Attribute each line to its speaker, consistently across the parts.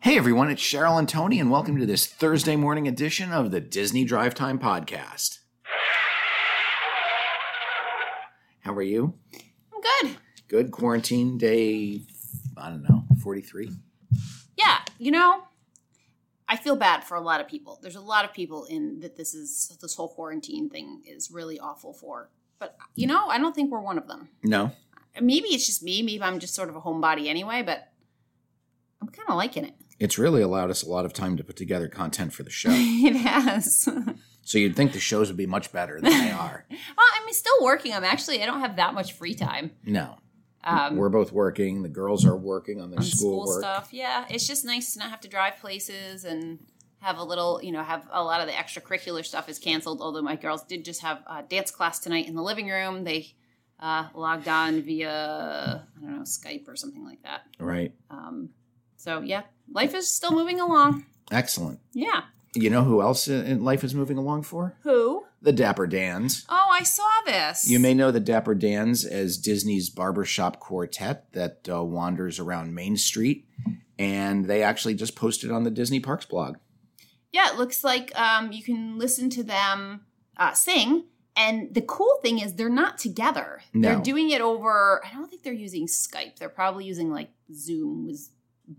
Speaker 1: Hey everyone, it's Cheryl and Tony, and welcome to this Thursday morning edition of the Disney Drive Time Podcast. How are you?
Speaker 2: I'm good.
Speaker 1: Good quarantine day, I don't know, 43?
Speaker 2: Yeah, you know, I feel bad for a lot of people. There's a lot of people in that this is this whole quarantine thing is really awful for. But you know, I don't think we're one of them.
Speaker 1: No.
Speaker 2: Maybe it's just me. Maybe I'm just sort of a homebody anyway. But I'm kind of liking it.
Speaker 1: It's really allowed us a lot of time to put together content for the show.
Speaker 2: it has. well,
Speaker 1: so you'd think the shows would be much better than they are.
Speaker 2: I'm still working. I'm actually. I don't have that much free time.
Speaker 1: No.
Speaker 2: Um,
Speaker 1: We're both working. The girls are working on their
Speaker 2: on school,
Speaker 1: schoolwork.
Speaker 2: stuff. Yeah, it's just nice to not have to drive places and have a little, you know, have a lot of the extracurricular stuff is canceled. Although my girls did just have uh, dance class tonight in the living room. They uh, logged on via I don't know Skype or something like that.
Speaker 1: Right.
Speaker 2: Um, so yeah, life is still moving along.
Speaker 1: Excellent.
Speaker 2: Yeah.
Speaker 1: You know who else in life is moving along for?
Speaker 2: Who?
Speaker 1: The Dapper Dans.
Speaker 2: Oh, I saw this.
Speaker 1: You may know the Dapper Dans as Disney's barbershop quartet that uh, wanders around Main Street, and they actually just posted on the Disney Parks blog.
Speaker 2: Yeah, it looks like um, you can listen to them uh, sing. And the cool thing is, they're not together.
Speaker 1: No.
Speaker 2: They're doing it over, I don't think they're using Skype. They're probably using like Zoom, was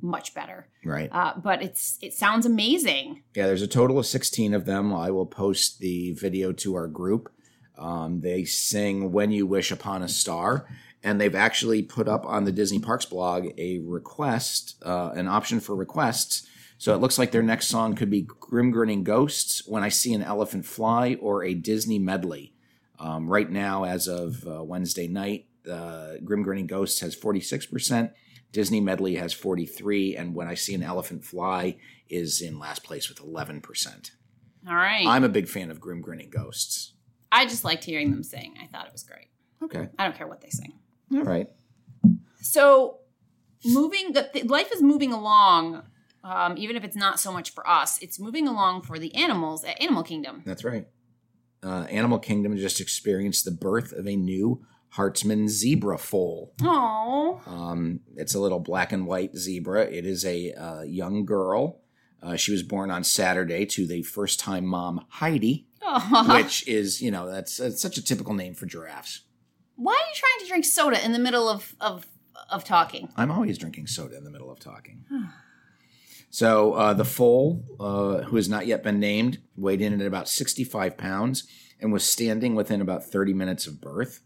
Speaker 2: much better.
Speaker 1: Right.
Speaker 2: Uh, but it's it sounds amazing.
Speaker 1: Yeah, there's a total of 16 of them. I will post the video to our group. Um, they sing When You Wish Upon a Star, and they've actually put up on the Disney Parks blog a request, uh, an option for requests. So it looks like their next song could be Grim Grinning Ghosts, When I See an Elephant Fly, or a Disney medley. Um, right now, as of uh, Wednesday night, uh, Grim Grinning Ghosts has 46%, Disney Medley has 43 and When I See an Elephant Fly is in last place with 11%.
Speaker 2: All right.
Speaker 1: I'm a big fan of Grim Grinning Ghosts.
Speaker 2: I just liked hearing them sing. I thought it was great.
Speaker 1: Okay.
Speaker 2: I don't care what they sing.
Speaker 1: All right.
Speaker 2: So, moving the, the life is moving along. Um, even if it's not so much for us, it's moving along for the animals at Animal Kingdom.
Speaker 1: That's right. Uh, Animal Kingdom just experienced the birth of a new Hartsman zebra foal.
Speaker 2: Oh,
Speaker 1: Um, it's a little black and white zebra. It is a uh, young girl. Uh, she was born on Saturday to the first time mom Heidi,
Speaker 2: Uh-huh.
Speaker 1: which is, you know, that's, that's such a typical name for giraffes.
Speaker 2: Why are you trying to drink soda in the middle of of of talking?
Speaker 1: I'm always drinking soda in the middle of talking. so uh, the foal, uh, who has not yet been named, weighed in at about 65 pounds and was standing within about 30 minutes of birth.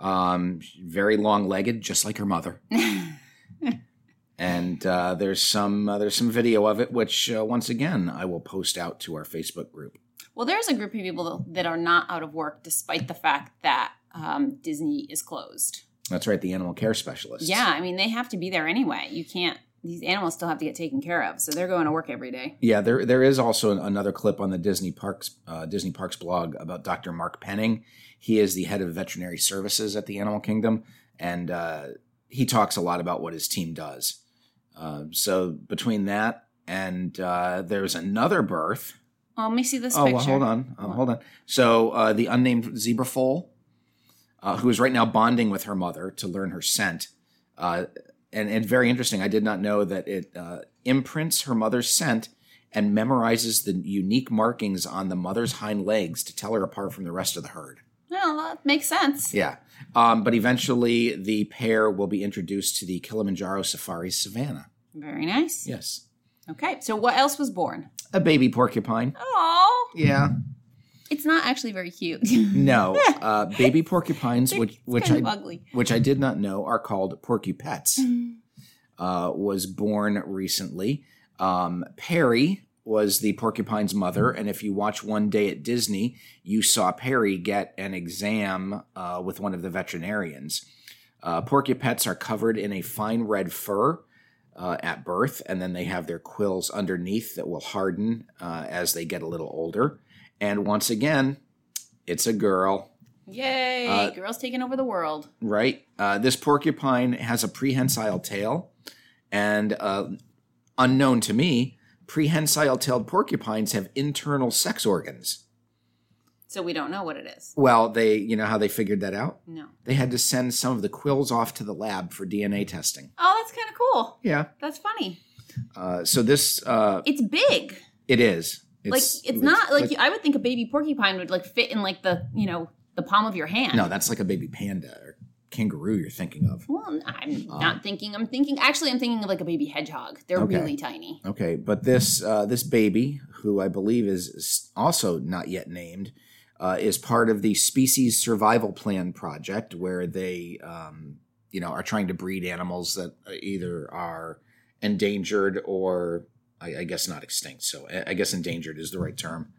Speaker 1: Um, very long-legged, just like her mother. and uh, there's some uh, there's some video of it, which uh, once again I will post out to our Facebook group.
Speaker 2: Well, there's a group of people that are not out of work despite the fact that um, Disney is closed.
Speaker 1: That's right, the animal care specialist.
Speaker 2: Yeah, I mean they have to be there anyway. You can't. These animals still have to get taken care of, so they're going to work every day.
Speaker 1: Yeah, there there is also an- another clip on the Disney Parks uh, Disney Parks blog about Dr. Mark Penning. He is the head of veterinary services at the Animal Kingdom, and uh, he talks a lot about what his team does. Uh, so between that and uh, there's another birth.
Speaker 2: Oh, let me see this
Speaker 1: oh,
Speaker 2: picture.
Speaker 1: well, hold on, um,
Speaker 2: What?
Speaker 1: hold on. So uh, the unnamed zebra foal, uh, who is right now bonding with her mother to learn her scent, uh, and and very interesting. I did not know that it uh, imprints her mother's scent and memorizes the unique markings on the mother's hind legs to tell her apart from the rest of the herd.
Speaker 2: Well, that makes sense.
Speaker 1: Yeah, um, but eventually the pair will be introduced to the Kilimanjaro Safari Savannah.
Speaker 2: Very nice.
Speaker 1: Yes,
Speaker 2: Okay, so what else was born?
Speaker 1: a baby porcupine.
Speaker 2: Oh,
Speaker 1: Yeah.
Speaker 2: it's not actually very cute.
Speaker 1: No, uh, baby porcupines, which
Speaker 2: It's
Speaker 1: which
Speaker 2: kind
Speaker 1: I
Speaker 2: of ugly.
Speaker 1: which I did not know are called porcupets, uh, was born recently. Um, Perry was the porcupine's mother, and if you watch One Day at Disney, you saw Perry get an exam uh, with one of the veterinarians. Uh, porcupets are covered in a fine red fur. Uh, at birth, and then they have their quills underneath that will harden uh, as they get a little older. And once again, it's a girl.
Speaker 2: Yay!
Speaker 1: Uh,
Speaker 2: Girls taking over the world.
Speaker 1: Right. Uh, this porcupine has a prehensile tail, and uh, unknown to me, prehensile tailed porcupines have internal sex organs.
Speaker 2: So we don't know what it is.
Speaker 1: Well, they, you know how they figured that out?
Speaker 2: No.
Speaker 1: They had to send some of the quills off to the lab for DNA testing.
Speaker 2: Oh, that's kind of cool.
Speaker 1: Yeah.
Speaker 2: That's funny.
Speaker 1: Uh, so this uh,
Speaker 2: It's big.
Speaker 1: it is. It's,
Speaker 2: like it's, not like, you I would think a baby porcupine would like fit in like the you know the palm of your hand.
Speaker 1: no, that's like a baby panda or kangaroo you're thinking of.
Speaker 2: Well, I'm not thinking. I'm thinking. Actually, I'm thinking of like a baby hedgehog. They're
Speaker 1: Okay.
Speaker 2: really tiny.
Speaker 1: Okay, but this uh, this baby, who I believe is- is also not yet named, uh, is part of the Species Survival Plan project, where they, um, you know, are trying to breed animals that uh, either are endangered or, I, I guess, not extinct. So I, I guess endangered is the right term.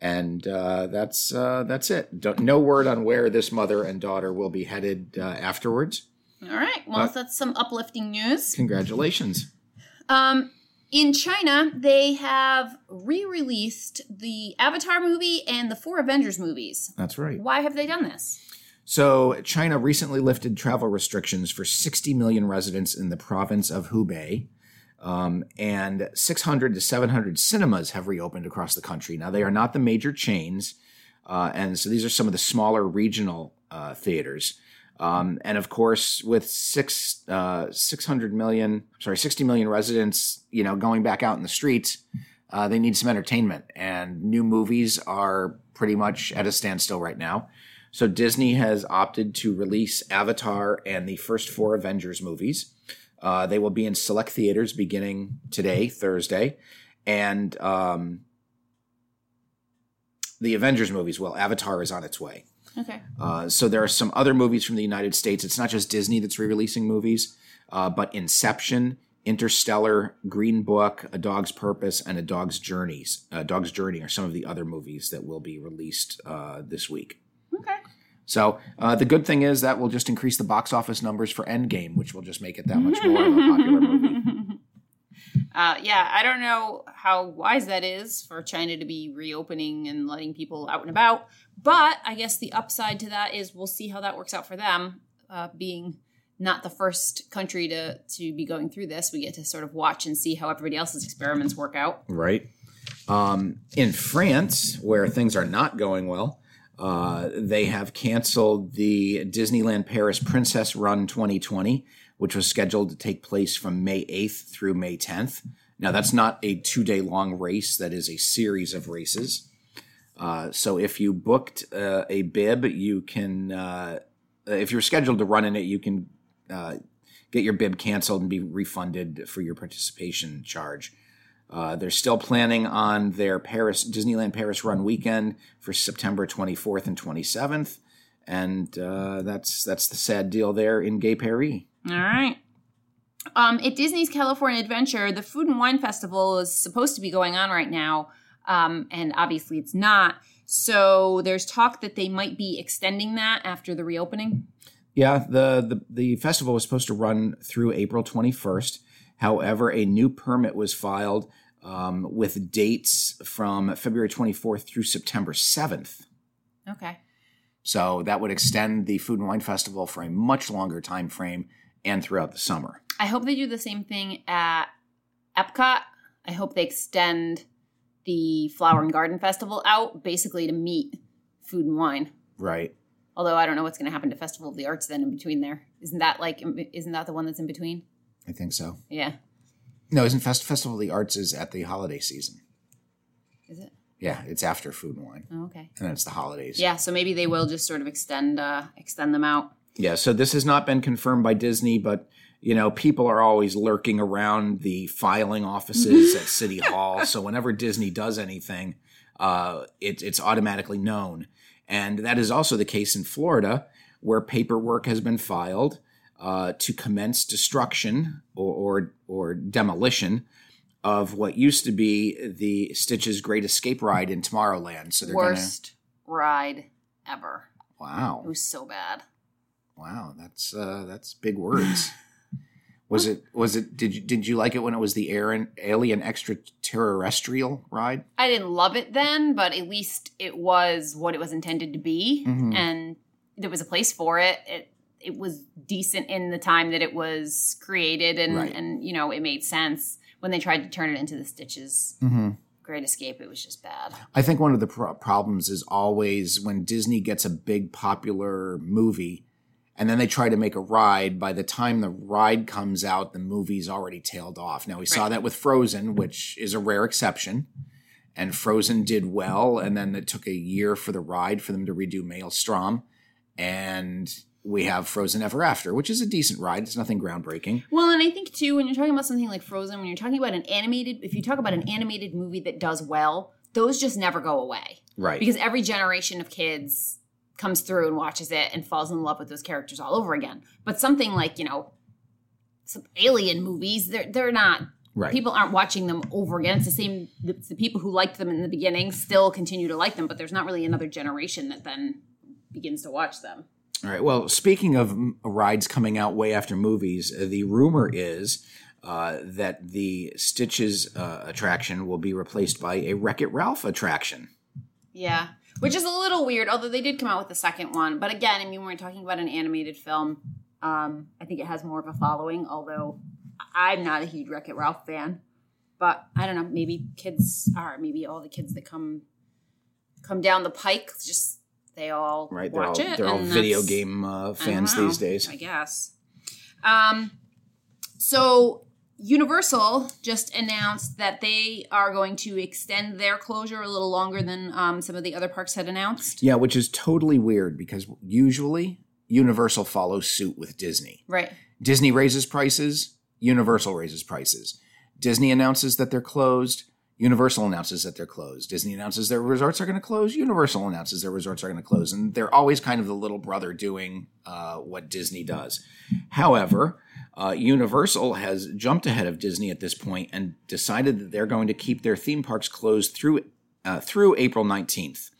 Speaker 1: And uh, that's uh, that's it. Don't, no word on where this mother and daughter will be headed uh, afterwards.
Speaker 2: All right. Well,
Speaker 1: Uh,
Speaker 2: that's some uplifting news.
Speaker 1: Congratulations.
Speaker 2: Um, in China, they have re-released the Avatar movie and the four Avengers movies.
Speaker 1: That's right.
Speaker 2: Why have they done this?
Speaker 1: So, China recently lifted travel restrictions for 60 million residents in the province of Hubei. Um, and 600 to 700 cinemas have reopened across the country. Now, they are not the major chains. Uh, and so these are some of the smaller regional uh, theaters. Um, and of course, with six, uh, 600 million, sorry, 60 million residents, you know, going back out in the streets, uh, they need some entertainment. And new movies are pretty much at a standstill right now. So Disney has opted to release Avatar and the first four Avengers movies. Uh, they will be in select theaters beginning today, Thursday, and um, the Avengers movies. Well, Avatar is on its way.
Speaker 2: Okay.
Speaker 1: Uh, so there are some other movies from the United States. It's not just Disney that's re-releasing movies, uh, but Inception, Interstellar, Green Book, A Dog's Purpose, and A Dog's Journeys. A Dog's Journey are some of the other movies that will be released uh, this week.
Speaker 2: Okay.
Speaker 1: So uh, the good thing is that will just increase the box office numbers for Endgame, which will just make it that much more of a popular movie.
Speaker 2: Uh, yeah, I don't know how wise that is for China to be reopening and letting people out and about, but I guess the upside to that is we'll see how that works out for them, uh, being not the first country to to be going through this. We get to sort of watch and see how everybody else's experiments work out.
Speaker 1: Right. Um, in France, where things are not going well, uh, they have canceled the Disneyland Paris Princess Run 2020, which was scheduled to take place from May 8th through May 10th. Now, that's not a two day long race, that is a series of races. Uh, so if you booked uh, a bib, you can, uh, if you're scheduled to run in it, you can uh, get your bib canceled and be refunded for your participation charge. Uh, they're still planning on their Paris Disneyland Paris Run weekend for September 24th and 27th, and uh, that's that's the sad deal there in Gay Paris.
Speaker 2: All right. Um, at Disney's California Adventure, the Food and Wine Festival is supposed to be going on right now, um, and obviously it's not. So there's talk that they might be extending that after the reopening.
Speaker 1: Yeah, the, the the festival was supposed to run through April 21st. However, a new permit was filed um, with dates from February 24th through September 7th.
Speaker 2: Okay.
Speaker 1: So that would extend the Food and Wine Festival for a much longer time frame and throughout the summer.
Speaker 2: I hope they do the same thing at Epcot. I hope they extend the Flower and Garden Festival out basically to meet food and wine.
Speaker 1: Right.
Speaker 2: Although I don't know what's going to happen to Festival of the Arts then in between there. Isn't that like isn't that the one that's in between?
Speaker 1: I think so.
Speaker 2: Yeah.
Speaker 1: No, isn't Fest- Festival of the Arts is at the holiday season?
Speaker 2: Is it?
Speaker 1: Yeah, it's after Food and Wine,
Speaker 2: Oh, okay.
Speaker 1: and then it's the holidays.
Speaker 2: Yeah, so maybe they will
Speaker 1: Mm-hmm.
Speaker 2: just sort of extend uh extend them out.
Speaker 1: Yeah, so this has not been confirmed by Disney, but you know, people are always lurking around the filing offices at City Hall. So whenever Disney does anything, uh, it, it's automatically known, and that is also the case in Florida, where paperwork has been filed uh, to commence destruction or or, or demolition. Of what used to be the Stitch's Great Escape ride in Tomorrowland, so they're
Speaker 2: Worst ride ever.
Speaker 1: gonna wow.
Speaker 2: It was so bad.
Speaker 1: Wow, that's uh, that's big words. was it? Was it? Did you did you like it when it was the alien alien extraterrestrial ride?
Speaker 2: I didn't love it then, but at least it was what it was intended to be,
Speaker 1: Mhm.
Speaker 2: and there was a place for it. It it was decent in the time that it was created, and
Speaker 1: Right.
Speaker 2: and you know it made sense when they tried to turn it into the Stitches
Speaker 1: Mm-hmm.
Speaker 2: Great Escape. It was just bad.
Speaker 1: I think one of the pro- problems is always when Disney gets a big popular movie, and then they try to make a ride. By the time the ride comes out, the movie's already tailed off. Now we saw
Speaker 2: Right.
Speaker 1: that with Frozen, which is a rare exception. And Frozen did well, and then it took a year for the ride for them to redo Maelstrom, and we have Frozen Ever After, which is a decent ride. It's nothing groundbreaking.
Speaker 2: Well, and I think too, when you're talking about something like Frozen, when you're talking about an animated, if you talk about an animated movie that does well, those just never go away
Speaker 1: Right.
Speaker 2: because every generation of kids comes through and watches it and falls in love with those characters all over again. But something like you know, some alien movies, they're they're not.
Speaker 1: right.
Speaker 2: People aren't watching them over again. It's the same. The, the people who liked them in the beginning still continue to like them, but there's not really another generation that then begins to watch them.
Speaker 1: All right. Well, speaking of mm, rides coming out way after movies, uh, the rumor is uh, that the Stitches uh, attraction will be replaced by a Wreck It Ralph attraction.
Speaker 2: Yeah. Which is a little weird, although they did come out with the second one. But again, I mean, when we're talking about an animated film, um, I think it has more of a following, although I- I'm not a huge Wreck It Ralph fan. But I don't know, maybe kids are, maybe all the kids that come come down the pike just they all
Speaker 1: Right. They're
Speaker 2: watch
Speaker 1: all,
Speaker 2: it.
Speaker 1: they're all
Speaker 2: and
Speaker 1: video
Speaker 2: that's-
Speaker 1: game uh,
Speaker 2: I don't
Speaker 1: fans
Speaker 2: know,
Speaker 1: these days.
Speaker 2: Oh, I guess. Um, so Universal just announced that they are going to extend their closure a little longer than um, some of the other parks had announced.
Speaker 1: Yeah, which is totally weird because usually Universal follows suit with Disney.
Speaker 2: Right.
Speaker 1: Disney raises prices, Universal raises prices. Disney announces that they're closed, Universal announces that they're closed. Disney announces their resorts are going to close, Universal announces their resorts are going to close. And they're always kind of the little brother doing uh, what Disney does. However, uh, Universal has jumped ahead of Disney at this point and decided that they're going to keep their theme parks closed through uh, through April 19th.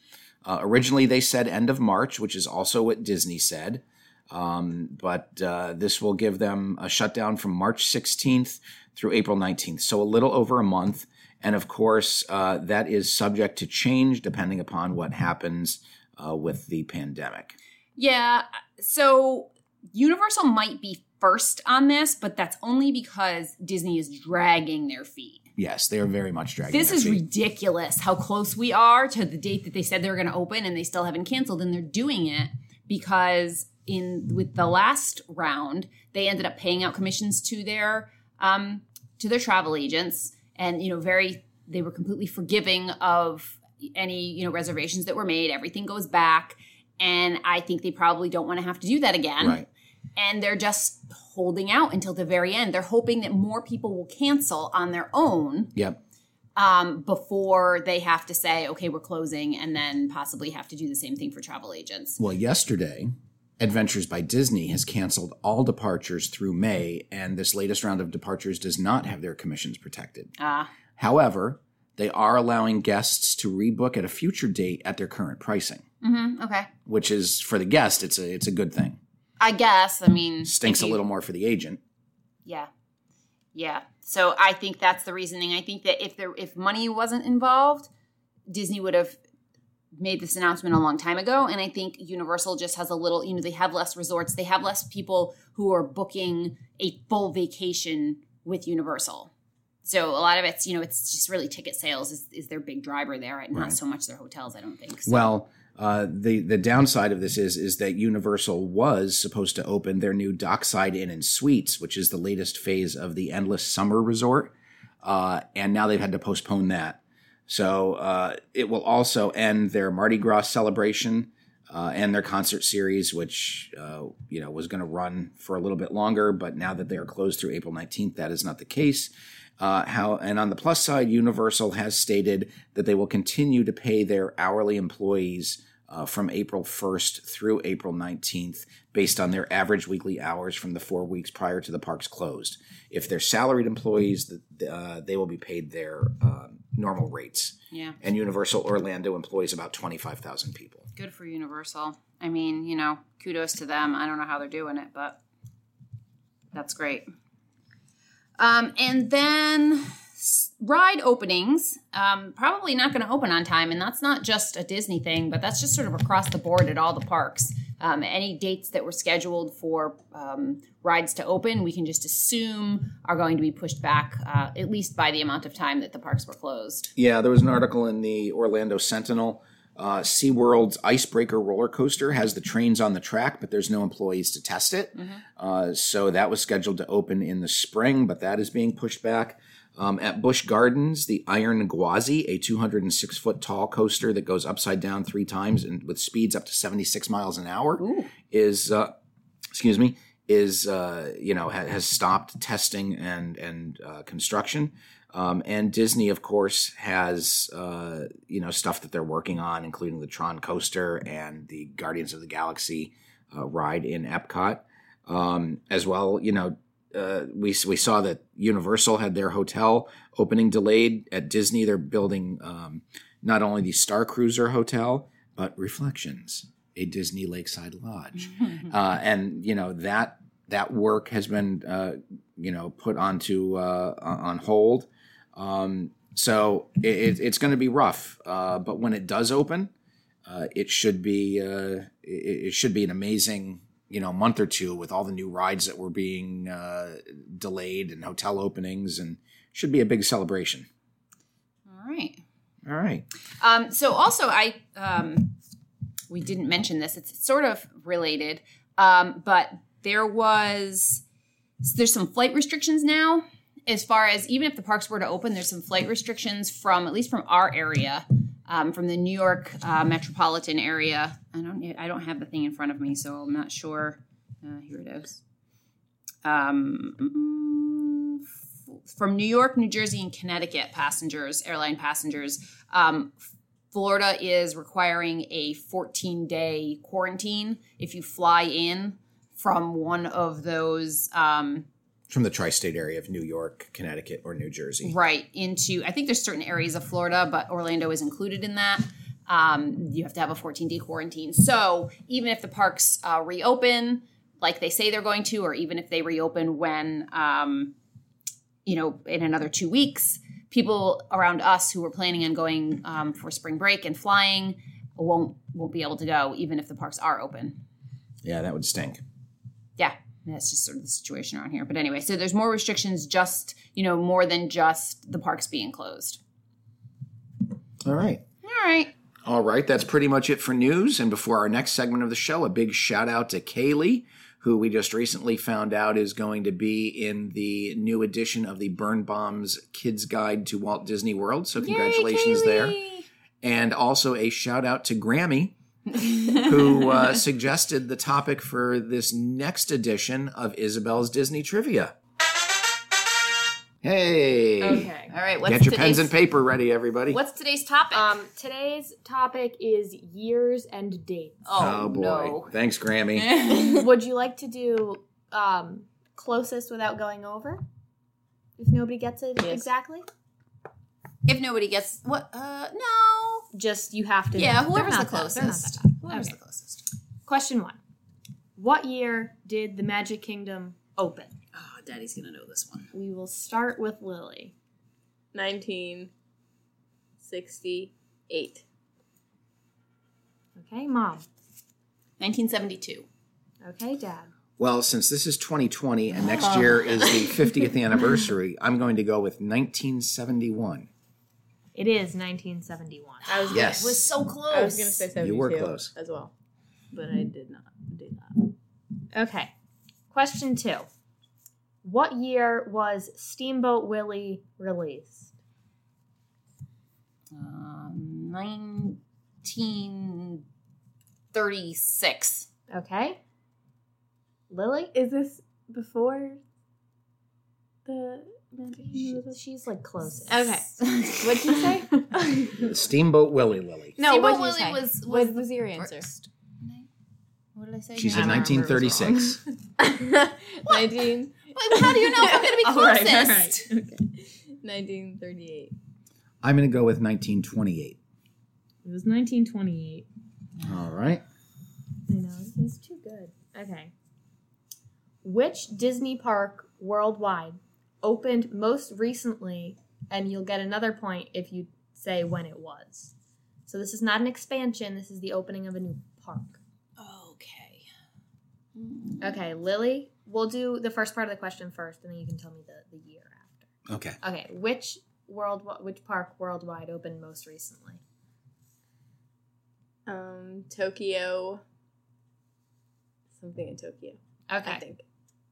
Speaker 1: Uh, originally, they said end of March, which is also what Disney said. Um, but uh, this will give them a shutdown from March 16th through April 19th, so a little over a month. And of course, uh, that is subject to change depending upon what happens uh, with the pandemic.
Speaker 2: Yeah. So Universal might be first on this, but that's only because Disney is dragging their feet.
Speaker 1: Yes, they are very much dragging.
Speaker 2: This
Speaker 1: their
Speaker 2: is
Speaker 1: feet.
Speaker 2: ridiculous how close we are to the date that they said they were going to open and they still haven't canceled and they're doing it because in with the last round they ended up paying out commissions to their um, to their travel agents and you know very they were completely forgiving of any you know reservations that were made everything goes back and I think they probably don't want to have to do that again
Speaker 1: right.
Speaker 2: and they're just holding out until the very end they're hoping that more people will cancel on their own
Speaker 1: Yep.
Speaker 2: um, before they have to say, okay, we're closing, and then possibly have to do the same thing for travel agents.
Speaker 1: Well, yesterday, Adventures by Disney has canceled all departures through May, and this latest round of departures does not have their commissions protected.
Speaker 2: Uh,
Speaker 1: However, they are allowing guests to rebook at a future date at their current pricing,
Speaker 2: mhm, okay.
Speaker 1: which is for the guest, it's a it's a good thing.
Speaker 2: I guess. I mean,
Speaker 1: Stinks
Speaker 2: if
Speaker 1: a
Speaker 2: you-
Speaker 1: little more for the agent.
Speaker 2: Yeah. Yeah. So I think that's the reasoning. I think that if there if money wasn't involved, Disney would have made this announcement a long time ago and I think Universal just has a little, you know, they have less resorts, they have less people who are booking a full vacation with Universal. So a lot of it's, you know, it's just really ticket sales is, is their big driver there, right? Not
Speaker 1: Right.
Speaker 2: so much their hotels, I don't think. So.
Speaker 1: Well, uh, the the downside of this is is that Universal was supposed to open their new Dockside Inn and Suites, which is the latest phase of the Endless Summer Resort, uh, and now they've had to postpone that. So uh, it will also end their Mardi Gras celebration uh, and their concert series, which uh, you know was going to run for a little bit longer, but now that they are closed through April nineteenth, that is not the case. Uh, how and on the plus side, Universal has stated that they will continue to pay their hourly employees uh, from April first through April nineteenth, based on their average weekly hours from the four weeks prior to the parks closed. If they're salaried employees, th- uh, they will be paid their um normal rates.
Speaker 2: yeah.
Speaker 1: And Universal Orlando employs about twenty five thousand people.
Speaker 2: Good for Universal. I mean, you know, kudos to them. I don't know how they're doing it, but that's great. Um, and then s- ride openings um, probably not going to open on time, and that's not just a Disney thing, but that's just sort of across the board at all the parks. Um, any dates that were scheduled for um, rides to open, we can just assume are going to be pushed back uh, at least by the amount of time that the parks were closed.
Speaker 1: Yeah, there was an article in the Orlando Sentinel Uh, SeaWorld's Icebreaker roller coaster has the trains on the track, but there's no employees to test it. Uh, so that was scheduled to open in the spring, but that is being pushed back. Um, at Busch Gardens, the Iron Gwazi, a 206 foot tall coaster that goes upside down three times and with speeds up to 76 miles an hour, is uh, excuse me is uh, you know ha- has stopped testing and and uh, construction um, and disney of course has uh, you know stuff that they're working on including the tron coaster and the guardians of the galaxy uh, ride in epcot um, as well you know uh, we we saw that Universal had their hotel opening delayed at Disney. They're building um, not only the Star Cruiser hotel but Reflections, a Disney Lakeside Lodge uh, and you know that that work has been uh, you know put onto uh, on hold. Um, so it, it, it's going to be rough, uh, but when it does open, uh, it should be uh, it, it should be an amazing you know month or two with all the new rides that were being uh, delayed and hotel openings, and should be a big celebration.
Speaker 2: All right.
Speaker 1: All right.
Speaker 2: Um, so also, I um, we didn't mention this. It's sort of related, um, but there was there's some flight restrictions now. As far as even if the parks were to open, there's some flight restrictions from at least from our area, um, from the New York uh, metropolitan area. I don't I don't have the thing in front of me, so I'm not sure. Uh, here it is. Um, from New York, New Jersey, and Connecticut passengers, airline passengers, um, Florida is requiring a 14 day quarantine if you fly in from one of those, um,
Speaker 1: From the tri-state area of New York, Connecticut, or New Jersey.
Speaker 2: right, into, I think there's certain areas of Florida, but Orlando is included in that. Um, you have to have a 14 day quarantine. So even if the parks uh, reopen, like they say they're going to, or even if they reopen when, um, you know, in another two weeks, people around us who were planning on going um, for spring break and flying won't won't be able to go, even if the parks are open.
Speaker 1: Yeah, that would stink.
Speaker 2: Yeah, and that's just sort of the situation around here. But anyway, so there's more restrictions, just you know, more than just the parks being closed.
Speaker 1: All right.
Speaker 2: All right.
Speaker 1: All right, that's pretty much it for news. And before our next segment of the show, a big shout out to Kaylee, who we just recently found out is going to be in the new edition of the Burn Bombs Kids Guide to Walt Disney World. So, congratulations there. And also a shout out to Grammy, who uh, suggested the topic for this next edition of Isabel's Disney Trivia. Hey!
Speaker 3: Okay.
Speaker 2: All right. What's
Speaker 1: Get your
Speaker 2: today's-
Speaker 1: pens and paper ready, everybody.
Speaker 2: What's today's topic?
Speaker 3: Um, today's topic is years and dates.
Speaker 2: oh,
Speaker 1: boy.
Speaker 2: no.
Speaker 1: Thanks, Grammy.
Speaker 3: Would you like to do um, closest without going over? If nobody gets it
Speaker 2: Yes.
Speaker 3: exactly,
Speaker 2: if nobody gets what? Uh, no.
Speaker 3: just you have to.
Speaker 2: Yeah,
Speaker 3: They're
Speaker 2: whoever's the
Speaker 3: not that- they're not that
Speaker 2: closest.
Speaker 3: bad.
Speaker 2: Whoever's
Speaker 3: Okay.
Speaker 2: the closest.
Speaker 3: Question one: What year did the Magic Kingdom open?
Speaker 2: Oh, Daddy's gonna know this one.
Speaker 3: We will start with Lily.
Speaker 4: 1968.
Speaker 3: Okay, Mom.
Speaker 2: 1972.
Speaker 3: Okay, Dad.
Speaker 1: Well, since this is 2020 and next year is the 50th anniversary, I'm going to go with 1971.
Speaker 3: It is 1971.
Speaker 4: I was
Speaker 1: Yes.
Speaker 2: was so close.
Speaker 4: I was gonna say 72
Speaker 1: You were close.
Speaker 4: as well, but I did not do that.
Speaker 3: Okay. Question two. What year was Steamboat Willie released?
Speaker 2: Um, 1936.
Speaker 3: Okay. Lily?
Speaker 4: Is this before the Magic
Speaker 3: She- she's like closest.
Speaker 4: Okay.
Speaker 3: What'd you say?
Speaker 1: The Steamboat Willie Lily.
Speaker 3: No,
Speaker 2: Steamboat
Speaker 3: what'd you
Speaker 2: Willie
Speaker 3: say?
Speaker 2: was was
Speaker 4: What was your answer?
Speaker 2: first. What did I say?
Speaker 1: She
Speaker 2: I
Speaker 1: said
Speaker 2: don't remember.
Speaker 1: 1936.
Speaker 4: 19.
Speaker 2: Wait, how do you know if I'm gonna be
Speaker 4: All right,
Speaker 2: closest?
Speaker 4: all right. Okay. 1938.
Speaker 1: I'm going to go with 1928.
Speaker 3: It was 1928.
Speaker 1: All right.
Speaker 3: I know, he's too good. Okay. Which Disney park worldwide opened most recently? And you'll get another point if you say when it was. So this is not an expansion, this is the opening of a new park.
Speaker 2: Okay.
Speaker 3: Okay, Lily, we'll do the first part of the question first, and then you can tell me the, the year after.
Speaker 1: Okay.
Speaker 3: Okay, which world which park worldwide opened most recently?
Speaker 4: Um, Tokyo. Something in Tokyo. I
Speaker 3: Okay.
Speaker 4: think.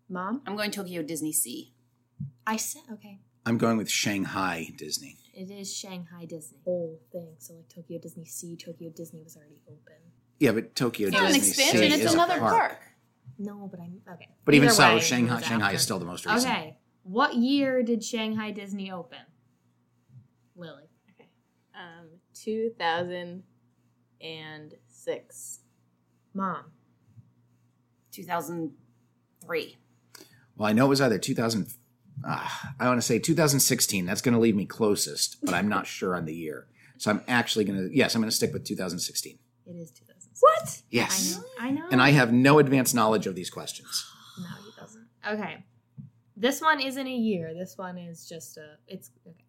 Speaker 3: Mom?
Speaker 2: I'm going Tokyo Disney Sea.
Speaker 3: I said, okay.
Speaker 1: I'm going with Shanghai Disney.
Speaker 3: It is Shanghai Disney. Whole thing. So, like Tokyo Disney Sea, Tokyo Disney was already open.
Speaker 1: Yeah, but Tokyo
Speaker 2: It's not an
Speaker 1: Disney Sea
Speaker 2: expansion. It's
Speaker 1: is
Speaker 2: another
Speaker 1: a park.
Speaker 2: park.
Speaker 3: No, but I'm okay.
Speaker 1: But even
Speaker 3: Either
Speaker 1: so,
Speaker 3: way, it
Speaker 1: Shanghai
Speaker 3: was
Speaker 1: Shanghai
Speaker 3: after.
Speaker 1: is still the most recent.
Speaker 3: Okay. What year did Shanghai Disney open? Lily.
Speaker 4: Um, 2006.
Speaker 3: Mom.
Speaker 2: 2003.
Speaker 1: Well, I know it was either 2000. Uh, I want to say 2016. That's going to leave me closest, but I'm not sure on the year. So I'm actually going to yes, I'm going to stick with 2016.
Speaker 3: It is 2006.
Speaker 4: What?
Speaker 1: Yes.
Speaker 3: I know. I know.
Speaker 1: And I have no advanced knowledge of these questions.
Speaker 3: No, he doesn't. Um, Okay. This one isn't a year. This one is just a. It's okay.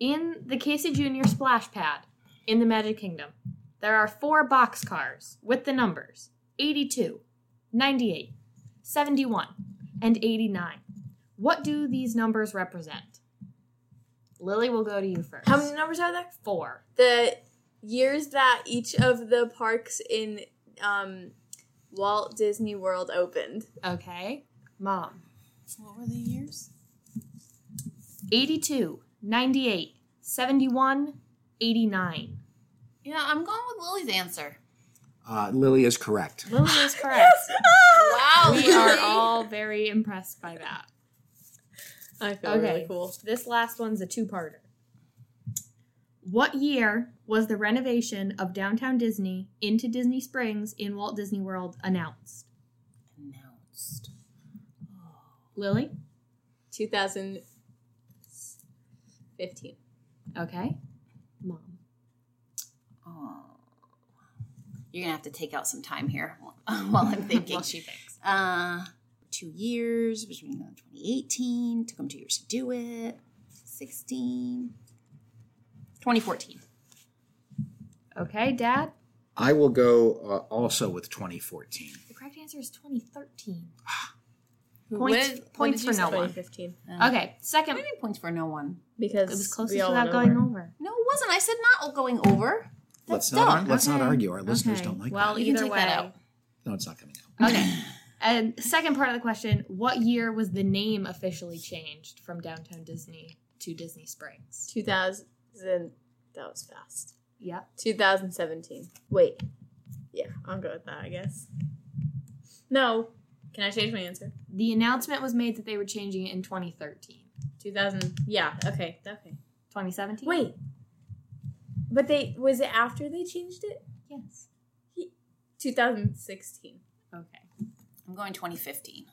Speaker 3: In the Casey Jr. splash pad in the Magic Kingdom, there are four box cars with the numbers 82, 98, 71, and 89. What do these numbers represent? Lily will go to you first.
Speaker 4: How many numbers are there?
Speaker 3: Four.
Speaker 4: The years that each of the parks in um, Walt Disney World opened.
Speaker 3: Okay. Mom.
Speaker 2: What were the years?
Speaker 3: 82, 98, 71, 89.
Speaker 2: Yeah, I'm going with Lily's answer.
Speaker 1: Uh, Lily is correct.
Speaker 3: Lily is correct.
Speaker 2: Wow,
Speaker 3: we are all very impressed by that.
Speaker 4: I feel
Speaker 3: Okay.
Speaker 4: really cool.
Speaker 3: This last one's a two parter. What year was the renovation of downtown Disney into Disney Springs in Walt Disney World announced?
Speaker 2: announced.
Speaker 3: Lily?
Speaker 4: 2015.
Speaker 3: Okay. Mom.
Speaker 2: Oh. You're gonna have to take out some time here while I'm thinking.
Speaker 3: While she thinks.
Speaker 2: uh, two years between 2018 took them two years to do it. 16, 2014.
Speaker 3: Okay, Dad?
Speaker 1: I will go uh, also with 2014.
Speaker 3: The correct answer is 2013.
Speaker 4: Who-
Speaker 3: Points-
Speaker 4: what did- what
Speaker 3: points
Speaker 4: did you
Speaker 3: for no
Speaker 4: say?
Speaker 3: one.
Speaker 4: 2015.
Speaker 3: Okay, second.
Speaker 2: Maybe points for no one.
Speaker 3: It
Speaker 4: Because
Speaker 3: was closest
Speaker 4: we all
Speaker 3: without
Speaker 4: went
Speaker 3: going
Speaker 4: over.
Speaker 3: over.
Speaker 2: No, it wasn't. I said not going over. That's
Speaker 1: let's not ar-
Speaker 2: dumb.
Speaker 1: let's not
Speaker 3: Okay.
Speaker 1: argue. Our listeners
Speaker 3: Okay.
Speaker 1: don't like
Speaker 3: Well,
Speaker 1: that.
Speaker 2: You can
Speaker 3: either
Speaker 2: take
Speaker 3: way.
Speaker 2: that out.
Speaker 1: No, it's not coming out.
Speaker 3: Okay. And second part of the question, what year was the name officially changed from Downtown Disney to Disney Springs?
Speaker 4: 2000. That was fast.
Speaker 3: Yep.
Speaker 4: 2017. Wait. Yeah, I'll go with that, I guess. No. Can I change my answer?
Speaker 3: The announcement was made that they were changing it in 2013.
Speaker 4: 2000. Yeah, okay. Okay.
Speaker 3: 2017?
Speaker 4: Wait. But they was it after they changed it?
Speaker 3: Yes.
Speaker 4: 2016.
Speaker 3: Okay.
Speaker 2: I'm going 2015.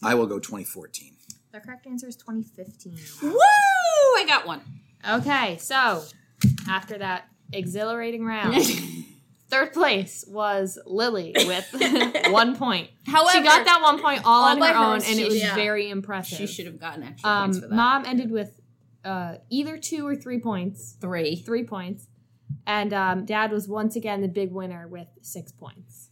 Speaker 1: I will go 2014.
Speaker 3: The correct answer is 2015.
Speaker 2: Woo! I got one.
Speaker 3: Okay, so after that exhilarating round, third place was Lily with one point.
Speaker 2: However,
Speaker 3: she got that one point all,
Speaker 2: all
Speaker 3: on
Speaker 2: by
Speaker 3: her own,
Speaker 2: her,
Speaker 3: and it
Speaker 2: she-
Speaker 3: was
Speaker 4: yeah.
Speaker 3: very impressive.
Speaker 2: She should have gotten extra points
Speaker 3: Um,
Speaker 2: for that.
Speaker 3: Mom ended with uh, either two or three points.
Speaker 2: three.
Speaker 3: Three points. And um, Dad was once again the big winner with six points.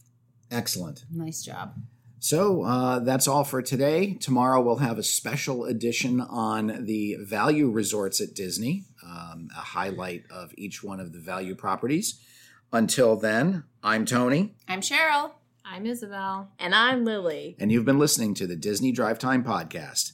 Speaker 1: Excellent.
Speaker 2: Nice job.
Speaker 1: So uh, that's all for today. Tomorrow we'll have a special edition on the value resorts at Disney, um, a highlight of each one of the value properties. Until then, I'm Tony,
Speaker 2: I'm Cheryl.
Speaker 3: I'm Isabel.
Speaker 4: And I'm Lily.
Speaker 1: and you've been listening to the Disney Drive Time Podcast.